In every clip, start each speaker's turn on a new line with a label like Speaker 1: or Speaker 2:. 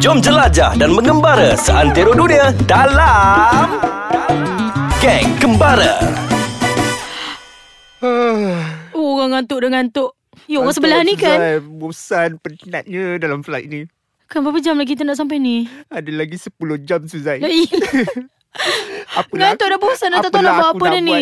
Speaker 1: Jom jelajah dan mengembara seantero dunia dalam Geng Kembara.
Speaker 2: Oh, orang ngantuk dah ngantuk. Yo, orang sebelah ni kan.
Speaker 3: Zai, Bosan penatnya dalam flight ni
Speaker 2: Kan berapa jam lagi kita nak sampai ni?
Speaker 3: Ada lagi 10 jam Suzai
Speaker 2: Lah, ih,
Speaker 3: Apalah
Speaker 2: Ngantuk dah bosan dah tak tahu
Speaker 3: apalah
Speaker 2: nak buat
Speaker 3: aku
Speaker 2: apa
Speaker 3: nak
Speaker 2: dah ni.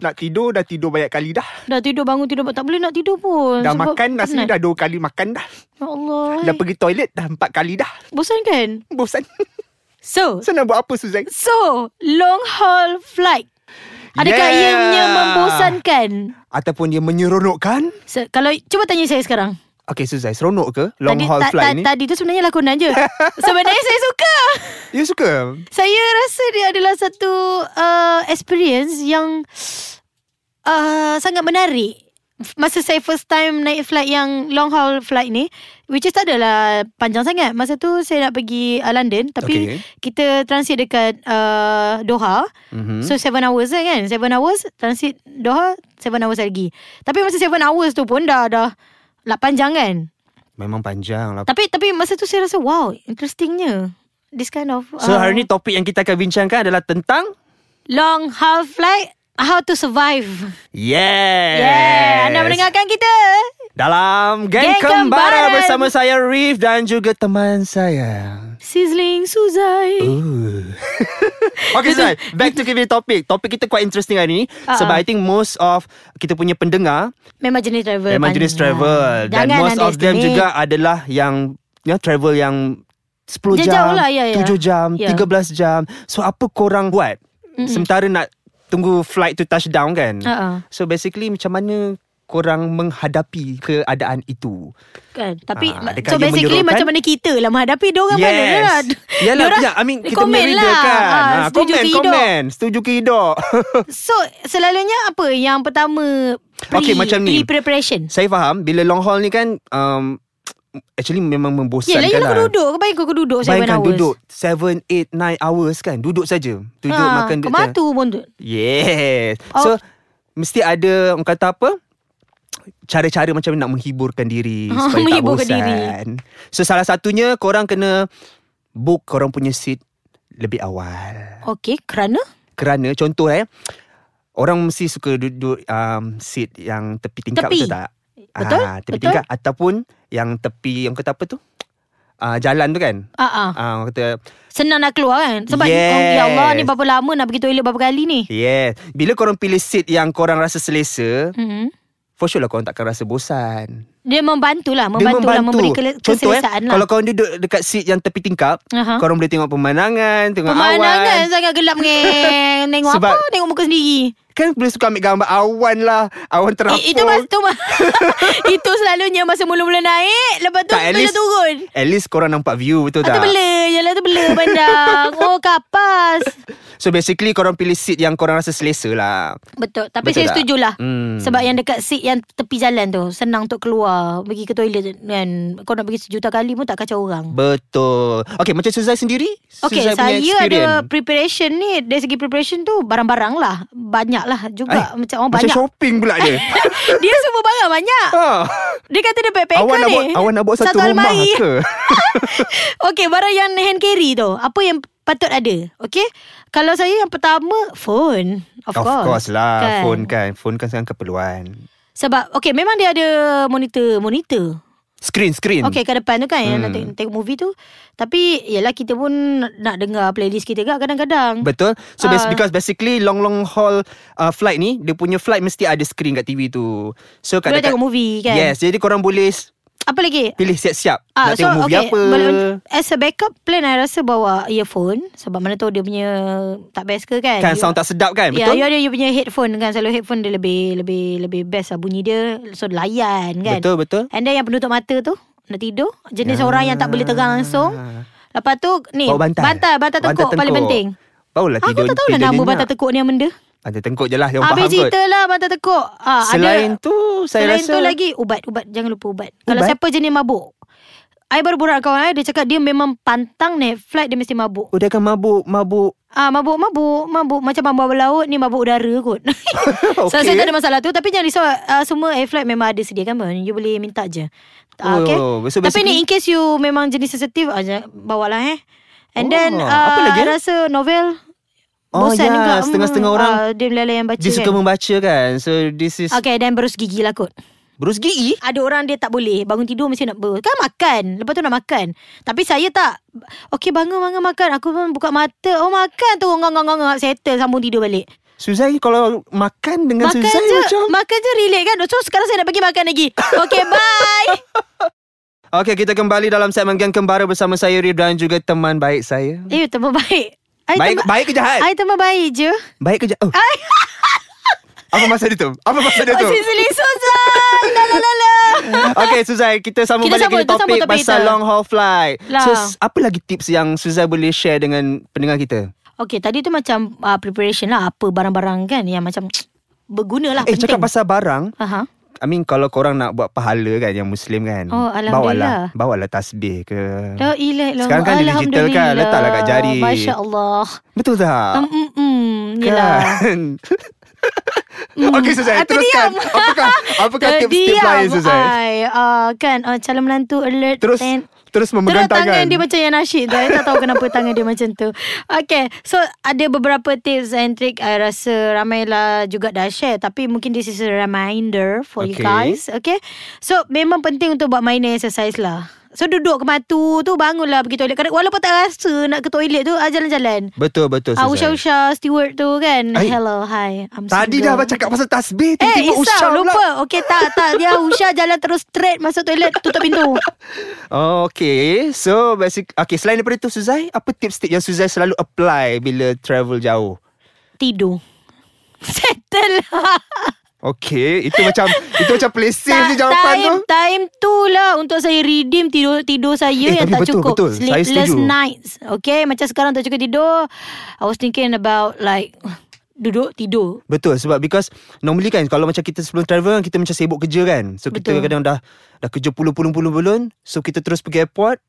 Speaker 3: Nak tidur dah tidur banyak kali dah
Speaker 2: Dah tidur bangun tidur bangun. tak boleh nak tidur pun.
Speaker 3: Dah
Speaker 2: Oh, sebab
Speaker 3: makan nasi
Speaker 2: penat.
Speaker 3: dah dua kali makan dah
Speaker 2: Ya Allah.
Speaker 3: Dah pergi toilet dah empat kali dah
Speaker 2: Bosan kan?
Speaker 3: Bosan
Speaker 2: So,
Speaker 3: So nak buat apa Suzai?
Speaker 2: so long haul flight. Adakah
Speaker 3: Yeah.
Speaker 2: ianya membosankan?
Speaker 3: Ataupun dia menyeronokkan
Speaker 2: So, kalau cuba tanya saya sekarang.
Speaker 3: Okay Suzai seronok ke long
Speaker 2: tadi,
Speaker 3: haul
Speaker 2: ta-
Speaker 3: flight
Speaker 2: ta-
Speaker 3: ni?
Speaker 2: Tadi tu sebenarnya lakonan je. sebenarnya saya suka.
Speaker 3: You Ya, suka?
Speaker 2: Saya rasa dia adalah satu uh, experience yang uh, sangat menarik. Masa saya first time naik flight yang long haul flight ni Which is tak adalah panjang sangat Masa tu saya nak pergi uh, London Tapi
Speaker 3: Okay.
Speaker 2: kita transit dekat uh, Doha
Speaker 3: Mhm.
Speaker 2: So 7 hours lah kan 7 hours transit Doha 7 hours lagi Tapi masa 7 hours tu pun dah dah lah panjang kan
Speaker 3: Memang panjang lah
Speaker 2: Tapi tapi masa tu saya rasa wow interestingnya This kind of
Speaker 3: So
Speaker 2: uh,
Speaker 3: hari ni topik yang kita akan bincangkan adalah tentang
Speaker 2: Long haul flight How to survive
Speaker 3: Yes
Speaker 2: Yeah Anda mendengarkan kita
Speaker 3: Dalam Geng,
Speaker 2: Geng
Speaker 3: Kembara,
Speaker 2: Kembaran.
Speaker 3: bersama saya Reef dan juga teman saya.
Speaker 2: Sizzling Suzai
Speaker 3: Okay Zai, back to kita punya topik. Topik kita quite interesting hari ni.
Speaker 2: Ah,
Speaker 3: Sebab
Speaker 2: ah.
Speaker 3: I think most of kita punya pendengar
Speaker 2: Memang jenis travel
Speaker 3: memang jenis
Speaker 2: panjang.
Speaker 3: travel. Dan
Speaker 2: Jangan
Speaker 3: most of them
Speaker 2: underestimate.
Speaker 3: juga adalah yang ya, travel yang 10
Speaker 2: Dia
Speaker 3: jam,
Speaker 2: jauh lah, ya, ya.
Speaker 3: 7 jam,
Speaker 2: Ya.
Speaker 3: 13 jam. So apa korang buat? Sementara nak tunggu flight to touchdown kan?
Speaker 2: Ah, ah.
Speaker 3: So basically macam mana korang menghadapi keadaan itu?
Speaker 2: Kan Tapi
Speaker 3: Ah, dekat
Speaker 2: So
Speaker 3: yang
Speaker 2: basically macam
Speaker 3: menyeronokkan.
Speaker 2: mana kita lah Menghadapi diorang mana lah
Speaker 3: Yalah,
Speaker 2: Diorang-
Speaker 3: ya, I mean kita
Speaker 2: Komen
Speaker 3: married
Speaker 2: lah.
Speaker 3: lah. kan.
Speaker 2: Ah,
Speaker 3: Ah,
Speaker 2: setuju
Speaker 3: komen,
Speaker 2: ke hidup.
Speaker 3: komen. Setuju ke hidup?
Speaker 2: So selalunya apa Yang pertama pre,
Speaker 3: Okay, macam ni.
Speaker 2: Pre-preparation
Speaker 3: Saya faham bila long haul ni kan um, actually memang membosankan
Speaker 2: Yelah yelah Ya,
Speaker 3: lah.
Speaker 2: aku duduk Kau bayangkan aku duduk 7
Speaker 3: Bayangkan
Speaker 2: hours
Speaker 3: duduk 7, 8, 9 hours kan Duduk saja Duduk
Speaker 2: Ah,
Speaker 3: makan
Speaker 2: Kau matu pun tu
Speaker 3: Yes
Speaker 2: Oh.
Speaker 3: So Mesti ada Orang kata apa Cara-cara macam nak menghiburkan diri
Speaker 2: Ah,
Speaker 3: Supaya tak
Speaker 2: menghiburkan
Speaker 3: bosan
Speaker 2: diri.
Speaker 3: So salah satunya Korang kena Book korang punya seat Lebih awal
Speaker 2: Okay kerana
Speaker 3: Kerana contoh eh Orang mesti suka duduk um, Seat yang tepi tingkap
Speaker 2: Tepi.
Speaker 3: Betul tak?
Speaker 2: Betul,
Speaker 3: Ah, tepi
Speaker 2: betul.
Speaker 3: tingkap Ataupun Yang tepi Yang kata apa tu uh, Jalan tu kan
Speaker 2: Ah ah.
Speaker 3: Ah, orang kata
Speaker 2: Senang nak keluar kan Sebab
Speaker 3: Yes.
Speaker 2: oh, Ya Allah ni berapa lama Nak pergi toilet berapa kali ni
Speaker 3: Yeah Bila korang pilih seat Yang korang rasa selesa
Speaker 2: hmm.
Speaker 3: For sure lah korang takkan rasa bosan
Speaker 2: Dia membantu lah Membantu lah Memberi kele-
Speaker 3: Contoh eh
Speaker 2: keselesaan lah
Speaker 3: Kalau korang duduk dekat seat yang tepi tingkap
Speaker 2: Aha.
Speaker 3: Korang boleh tengok pemandangan Tengok
Speaker 2: Pemandangan
Speaker 3: awan
Speaker 2: sangat gelap ngeng. Tengok
Speaker 3: Sebab-
Speaker 2: apa? Tengok muka sendiri.
Speaker 3: Kan boleh suka ambil gambar awan lah Awan terapung
Speaker 2: Eh, itu mas, itu mas, itu selalunya masa mula-mula naik, lepas tu
Speaker 3: Tak, at
Speaker 2: bila
Speaker 3: least-
Speaker 2: turun.
Speaker 3: At least korang nampak view Betul
Speaker 2: Atau
Speaker 3: tak?
Speaker 2: bela, jalan tu bela pandang. oh, kapas.
Speaker 3: So basically korang pilih seat yang korang rasa selesa lah.
Speaker 2: Betul, tapi
Speaker 3: Betul
Speaker 2: saya
Speaker 3: tak?
Speaker 2: setujulah.
Speaker 3: Hmm.
Speaker 2: Sebab yang dekat seat yang tepi jalan tu, senang untuk keluar, pergi ke toilet kan. Kau nak pergi sejuta kali pun tak kacau orang.
Speaker 3: Betul. Okay macam Suzai sendiri?
Speaker 2: Okay,
Speaker 3: Suzai punya
Speaker 2: saya
Speaker 3: experience.
Speaker 2: ada preparation ni Dari segi preparation tu Barang-barang lah Banyak lah juga
Speaker 3: Ay,
Speaker 2: Macam orang
Speaker 3: Macam
Speaker 2: banyak
Speaker 3: shopping pula dia.
Speaker 2: Dia semua barang banyak
Speaker 3: ha.
Speaker 2: Dia kata dia backpacker
Speaker 3: Awak nak
Speaker 2: ni
Speaker 3: buat, awak nak buat satu, rumah
Speaker 2: almari.
Speaker 3: ke?
Speaker 2: Okay barang yang hand carry tu Apa yang patut ada Okay Kalau saya yang pertama Phone Of,
Speaker 3: Of
Speaker 2: course
Speaker 3: course lah. Kan. Phone kan. Phone kan sekarang keperluan.
Speaker 2: Sebab Okay memang dia ada Monitor Monitor
Speaker 3: Screen, screen.
Speaker 2: Okay ke depan tu kan Yang nak
Speaker 3: Hmm.
Speaker 2: tengok, tengok movie tu Tapi Yelah kita pun Nak dengar playlist kita kan Kadang-kadang
Speaker 3: Betul So uh.
Speaker 2: Ah.
Speaker 3: because basically Long long haul uh, Flight ni Dia punya flight Mesti ada screen kat TV tu So
Speaker 2: Boleh
Speaker 3: kadang
Speaker 2: tengok movie kan
Speaker 3: Yes Jadi korang boleh s-
Speaker 2: Apa lagi
Speaker 3: Pilih siap-siap
Speaker 2: Ah,
Speaker 3: Nak tengok movie
Speaker 2: okay,
Speaker 3: apa
Speaker 2: boleh- As a backup plan I rasa bawa earphone Sebab mana tahu dia punya Tak best ke kan
Speaker 3: Kan
Speaker 2: You-
Speaker 3: sound tak sedap kan
Speaker 2: Ya,
Speaker 3: Betul
Speaker 2: you ada you punya headphone kan Selalu headphone dia lebih Lebih lebih best lah bunyi dia So layan kan
Speaker 3: Betul betul
Speaker 2: And then yang penutup mata tu Nak tidur Jenis orang yang tak boleh tegang langsung Lepas tu ni
Speaker 3: Ah. Bawa bantal
Speaker 2: Eh, Bantal, bantal tekuk paling penting
Speaker 3: Barulah
Speaker 2: Aku
Speaker 3: tidur
Speaker 2: tak tahu lah
Speaker 3: tidur
Speaker 2: nama
Speaker 3: nyenyak.
Speaker 2: bantal tekuk ni yang benda
Speaker 3: Bantal tengkuk je lah Yang faham
Speaker 2: Habis
Speaker 3: kot
Speaker 2: cerita lah bantal tekuk ah,
Speaker 3: Selain
Speaker 2: ada,
Speaker 3: tu Saya
Speaker 2: Selain
Speaker 3: rasa
Speaker 2: tu lagi Ubat-ubat Jangan lupa ubat, Kalau
Speaker 3: Ubat?
Speaker 2: siapa jenis mabuk I baru borak dengan kawan I Dia cakap dia memang pantang naik flight Dia mesti mabuk
Speaker 3: Oh dia akan mabuk Mabuk
Speaker 2: Ah, mabuk-mabuk, mabuk macam mabuk laut ni mabuk udara kot. okay. So saya
Speaker 3: Okey.
Speaker 2: tak ada masalah tu tapi jangan risau ah, semua air flight memang ada sediakan pun. You boleh minta je. Ah,
Speaker 3: Oh,
Speaker 2: okay.
Speaker 3: so
Speaker 2: tapi
Speaker 3: basically-
Speaker 2: ni in case you memang jenis sensitif aja bawalah eh. And
Speaker 3: Oh,
Speaker 2: then
Speaker 3: apa
Speaker 2: ah,
Speaker 3: lagi, eh?
Speaker 2: rasa novel
Speaker 3: Oh,
Speaker 2: bosan
Speaker 3: ya,
Speaker 2: juga.
Speaker 3: setengah-setengah orang
Speaker 2: ah, dia meleleh yang baca
Speaker 3: Dia
Speaker 2: kan.
Speaker 3: suka membaca kan So this is okay.
Speaker 2: Okay dan berus gigi lah kot
Speaker 3: Bruce E. Gigi
Speaker 2: ada orang dia tak boleh Bangun tidur mesti nak ber Kan makan Lepas tu nak makan Tapi saya tak Okay bangun bangun makan Aku pun buka mata Oh makan tu Ngong ngong ngong ngong, Settle sambung tidur balik
Speaker 3: Suzai kalau makan dengan
Speaker 2: Makan
Speaker 3: Suzai
Speaker 2: je
Speaker 3: macam
Speaker 2: Makan je relate kan So sekarang saya nak pergi makan lagi Okay bye
Speaker 3: Okey, kita kembali dalam segmen Gang Kembara bersama saya Rif dan juga teman baik saya.
Speaker 2: Eh teman baik I
Speaker 3: Baik
Speaker 2: teman,
Speaker 3: baik ke jahat?
Speaker 2: I teman baik je
Speaker 3: Baik ke jahat? Oh. Apa masa dia tu? Apa masa dia
Speaker 2: Oh
Speaker 3: tu?
Speaker 2: Sisili Susan La la la la
Speaker 3: Okey Suzai Kita sambung
Speaker 2: Kita
Speaker 3: balik
Speaker 2: sambung, kita
Speaker 3: kita topik,
Speaker 2: sambung topik
Speaker 3: Pasal
Speaker 2: kita.
Speaker 3: long haul flight
Speaker 2: Lah.
Speaker 3: So s- apa lagi tips Yang Suzai boleh share Dengan pendengar kita
Speaker 2: Okay tadi tu macam uh, Preparation lah Apa barang-barang kan Yang macam Berguna lah
Speaker 3: Eh
Speaker 2: penting.
Speaker 3: cakap pasal barang
Speaker 2: Aha.
Speaker 3: I mean kalau korang nak buat pahala kan Yang Muslim kan
Speaker 2: Oh, Alhamdulillah.
Speaker 3: Bawalah Bawalah tasbih ke
Speaker 2: La ilaha illallah.
Speaker 3: Sekarang kan dia digital kan,
Speaker 2: Alhamdulillah.
Speaker 3: letaklah kat jari.
Speaker 2: Masya Allah
Speaker 3: Betul tak?
Speaker 2: um, mm, mm, Yelah
Speaker 3: Kan Okey Suzai
Speaker 2: Ah,
Speaker 3: Teruskan
Speaker 2: terdiam.
Speaker 3: Apakah Apakah tips-tips lain Suzai
Speaker 2: I, uh, Kan uh, calon menantu alert
Speaker 3: Terus
Speaker 2: and-
Speaker 3: Terus
Speaker 2: Terus
Speaker 3: memegang
Speaker 2: tangan
Speaker 3: tangan
Speaker 2: dia macam yang nasyid tu I tak tahu kenapa tangan dia macam tu Okay So ada beberapa tips and trick I rasa ramailah juga dah share Tapi mungkin this is a reminder For you
Speaker 3: Okay.
Speaker 2: guys Okay So memang penting untuk buat minor exercise lah So duduk ke matu tu Bangunlah pergi toilet Kadang- Walaupun tak rasa nak ke toilet tu I jalan-jalan
Speaker 3: Betul betul
Speaker 2: Ah,
Speaker 3: Suzai
Speaker 2: Usha-Usha steward tu kan
Speaker 3: Ai.
Speaker 2: Hello, hi I'm
Speaker 3: Tadi
Speaker 2: single.
Speaker 3: dah baca cakap pasal
Speaker 2: Eh,
Speaker 3: tasbih Tiba-tiba
Speaker 2: Isau
Speaker 3: usah
Speaker 2: lupa Okay, tak, tak Dia Usha jalan terus straight Masuk toilet Tutup pintu
Speaker 3: Oh, okay. So, basic, okay, selain daripada tu, Suzai, apa tips-tips yang Suzai selalu apply bila travel jauh?
Speaker 2: Tidur Settle lah
Speaker 3: Okay, itu macam, itu macam play safe je
Speaker 2: Ta-
Speaker 3: jawapan
Speaker 2: time,
Speaker 3: tu.
Speaker 2: time tu lah Untuk saya redeem Tidur tidur saya
Speaker 3: Eh,
Speaker 2: Yang
Speaker 3: tapi
Speaker 2: tak
Speaker 3: betul,
Speaker 2: cukup
Speaker 3: betul. Saya
Speaker 2: Sleepless
Speaker 3: setuju.
Speaker 2: nights Okay Macam sekarang tak cukup tidur I was thinking about Like Duduk tidur
Speaker 3: Betul, sebab because normally kan, kalau macam kita sebelum travel kan, kita macam sibuk kerja kan. So, kita
Speaker 2: Betul.
Speaker 3: kadang-kadang dah, dah kerja pulun-pulun-pulun, so kita terus pergi airport.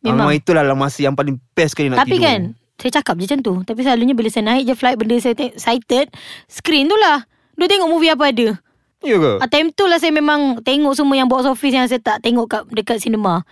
Speaker 2: Memang.
Speaker 3: Memang. itulah lah masa yang paling best kali nak
Speaker 2: Tapi
Speaker 3: tidur.
Speaker 2: kan Saya cakap je macam tu Tapi selalunya bila saya naik je flight Benda saya te- sighted Screen tu lah Dia tengok movie apa ada
Speaker 3: Ya ke?
Speaker 2: ah, Time tu lah saya memang Tengok semua yang box office Yang saya tak tengok kat, dekat cinema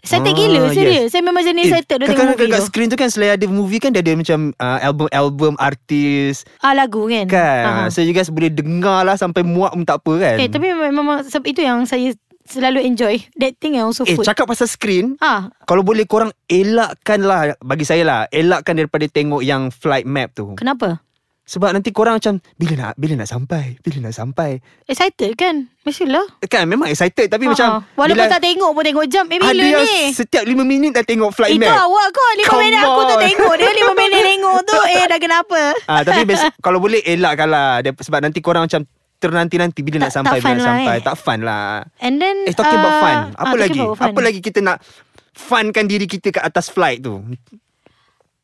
Speaker 2: Sighted ah,
Speaker 3: Ah,
Speaker 2: gila
Speaker 3: yes.
Speaker 2: Serius Saya memang jenis
Speaker 3: Eh,
Speaker 2: sighted Dia tengok
Speaker 3: kadang-kadang
Speaker 2: movie
Speaker 3: kat
Speaker 2: tu
Speaker 3: screen tu kan Selain ada movie kan Dia ada macam uh, Album-album artis
Speaker 2: Ah lagu kan
Speaker 3: Kan
Speaker 2: Ah.
Speaker 3: So you guys boleh dengar lah Sampai muak pun tak apa kan
Speaker 2: Eh tapi memang sebab Itu yang saya Selalu enjoy That thing and also
Speaker 3: Eh
Speaker 2: food
Speaker 3: cakap pasal screen
Speaker 2: Ah,
Speaker 3: Kalau boleh korang elakkan lah Bagi saya lah Elakkan daripada tengok yang flight map tu
Speaker 2: Kenapa?
Speaker 3: Sebab nanti korang macam Bila nak bila nak sampai Bila nak sampai
Speaker 2: Excited kan Mestilah
Speaker 3: Kan memang excited Tapi
Speaker 2: Ah,
Speaker 3: macam
Speaker 2: ah. Walaupun
Speaker 3: bila
Speaker 2: tak tengok pun tengok jam Eh bila
Speaker 3: Ada
Speaker 2: ni
Speaker 3: yang setiap 5 minit dah tengok flight
Speaker 2: Itu
Speaker 3: map
Speaker 2: awak kot Lima
Speaker 3: Come
Speaker 2: minit aku tak
Speaker 3: on.
Speaker 2: tengok Dia lima minit tengok tu Eh dah kenapa
Speaker 3: Ah, tapi best, kalau boleh elakkan lah Dia- Sebab nanti korang macam Ternanti-nanti
Speaker 2: Tak-
Speaker 3: bila nak sampai
Speaker 2: tak
Speaker 3: Bila
Speaker 2: fun
Speaker 3: nak
Speaker 2: lah,
Speaker 3: sampai
Speaker 2: eh.
Speaker 3: Tak fun lah
Speaker 2: And then
Speaker 3: Eh talking about
Speaker 2: ah,
Speaker 3: fun
Speaker 2: ah,
Speaker 3: Apa
Speaker 2: talking
Speaker 3: lagi
Speaker 2: about fun.
Speaker 3: Apa lagi kita nak Funkan diri kita kat atas flight tu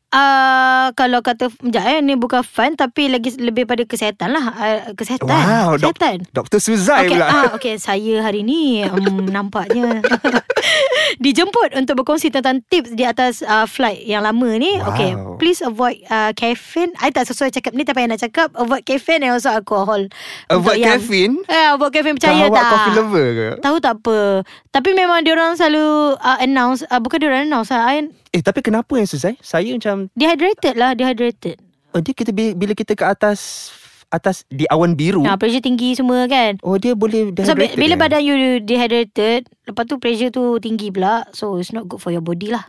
Speaker 2: Ah, Kalau kata Sekejap eh Ni bukan fun Tapi lagi lebih pada kesihatan lah Ah, Kesihatan
Speaker 3: Wow dok-
Speaker 2: Kesihatan
Speaker 3: Doktor Suzai
Speaker 2: Okay,
Speaker 3: pula
Speaker 2: ah, okay, saya hari ni um, nampaknya dijemput untuk berkongsi tentang tips di atas uh, flight yang lama ni.
Speaker 3: Wow.
Speaker 2: Okay, please avoid uh, caffeine. I tak sesuai cakap ni tapi I nak cakap avoid caffeine and also alcohol. Untuk
Speaker 3: Avoid
Speaker 2: yang-
Speaker 3: caffeine?
Speaker 2: Eh, avoid caffeine percaya
Speaker 3: Awak
Speaker 2: tak?
Speaker 3: coffee lover ke?
Speaker 2: Tahu tak apa Tapi memang diorang selalu uh, Announce uh, Bukan diorang announce lah I,
Speaker 3: Eh tapi kenapa yang Suzai? Saya macam
Speaker 2: Dehydrated lah Dehydrated
Speaker 3: oh, dia kita bi- bila kita ke atas atas di awan biru.
Speaker 2: nah, Ah, Pressure tinggi semua kan
Speaker 3: Oh dia boleh
Speaker 2: So bi-
Speaker 3: dehydrated.
Speaker 2: bila
Speaker 3: eh?
Speaker 2: badan you dehydrated Lepas tu pressure tu tinggi pula So it's not good for your body lah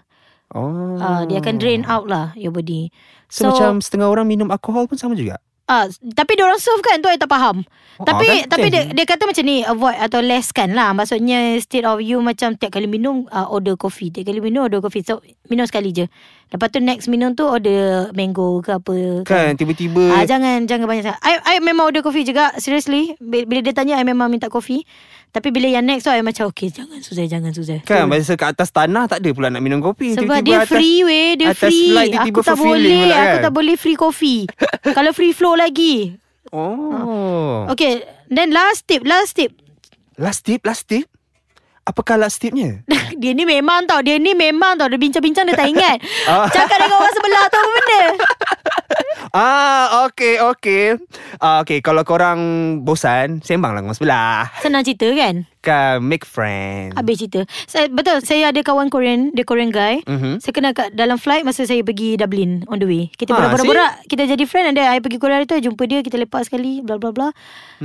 Speaker 3: oh.
Speaker 2: uh, Dia akan drain out lah Your body
Speaker 3: so, macam setengah orang minum alkohol pun sama juga.
Speaker 2: Ah, tapi dia orang serve kan tu I tak faham.
Speaker 3: Oh,
Speaker 2: tapi
Speaker 3: kan,
Speaker 2: tapi dia,
Speaker 3: macam-
Speaker 2: dia kata macam ni avoid atau less kan lah. Maksudnya instead of you macam tiap kali minum uh, order coffee, tiap kali minum order coffee. So minum sekali je. Lepas tu next minum tu order mango ke apa
Speaker 3: Kan tiba-tiba
Speaker 2: Ah jangan jangan banyak sangat. I I memang order coffee juga seriously. Bi- Bila dia tanya I memang minta coffee. Tapi bila yang next tu I macam okay jangan Suzai jangan Suzai.
Speaker 3: kan biasa ke atas tanah tak ada pula nak minum kopi.
Speaker 2: Sebab
Speaker 3: Tiba-tiba
Speaker 2: dia
Speaker 3: atas,
Speaker 2: free weh Dia
Speaker 3: atas
Speaker 2: free
Speaker 3: flight dia
Speaker 2: Aku
Speaker 3: tiba
Speaker 2: tak
Speaker 3: fulfilling
Speaker 2: boleh
Speaker 3: pula,
Speaker 2: Aku
Speaker 3: kan?
Speaker 2: tak boleh free coffee Kalau free flow lagi
Speaker 3: Oh.
Speaker 2: Ah. Okay Then last tip Last tip
Speaker 3: Last tip, last tip. Apakah last tipnya?
Speaker 2: Dia ni memang tau Dia ni memang tau Dia bincang-bincang dia tak ingat
Speaker 3: Ah.
Speaker 2: Cakap dengan orang sebelah tu apa benda
Speaker 3: ah, okay, okay. Ah, okay, kalau korang bosan, sembanglah dengan sebelah.
Speaker 2: Senang cerita kan
Speaker 3: Kan, make friends.
Speaker 2: Hmm. Habis cerita saya, Betul Saya ada kawan Korean Dia Korean guy
Speaker 3: Mhm.
Speaker 2: Saya kenal kat dalam flight Masa saya pergi Dublin On the way Kita
Speaker 3: Ah,
Speaker 2: borak-borak Kita jadi friend And then I pergi Korea hari tu Jumpa dia Kita lepak sekali Blah blah blah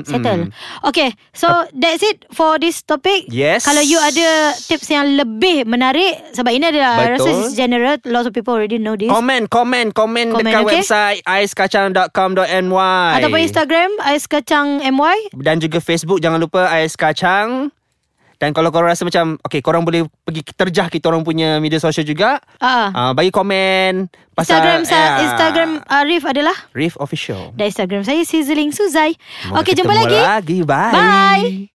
Speaker 2: Settle Okay So that's it For this topic
Speaker 3: Yes.
Speaker 2: Kalau you ada Tips yang lebih menarik Sebab ini ada I rasa
Speaker 3: Betul. Oh
Speaker 2: it's general Lots of people already know this
Speaker 3: Comment, comment, comment,
Speaker 2: Comment,
Speaker 3: dekat
Speaker 2: okay.
Speaker 3: website aiskacang.com.ny
Speaker 2: Ataupun Instagram Ais Kacang MY
Speaker 3: Dan juga Facebook Jangan lupa Ais Kacang Dan kalau korang rasa macam Okay korang boleh pergi terjah Kita orang punya media sosial juga
Speaker 2: Ah.
Speaker 3: uh, Bagi komen
Speaker 2: Instagram
Speaker 3: pasal,
Speaker 2: saya
Speaker 3: eh,
Speaker 2: Instagram Arif adalah
Speaker 3: Reef Official
Speaker 2: Dan Instagram saya Sizzling Suzai
Speaker 3: Moga
Speaker 2: Okay jumpa
Speaker 3: ketemu
Speaker 2: lagi
Speaker 3: lagi Bye
Speaker 2: Bye.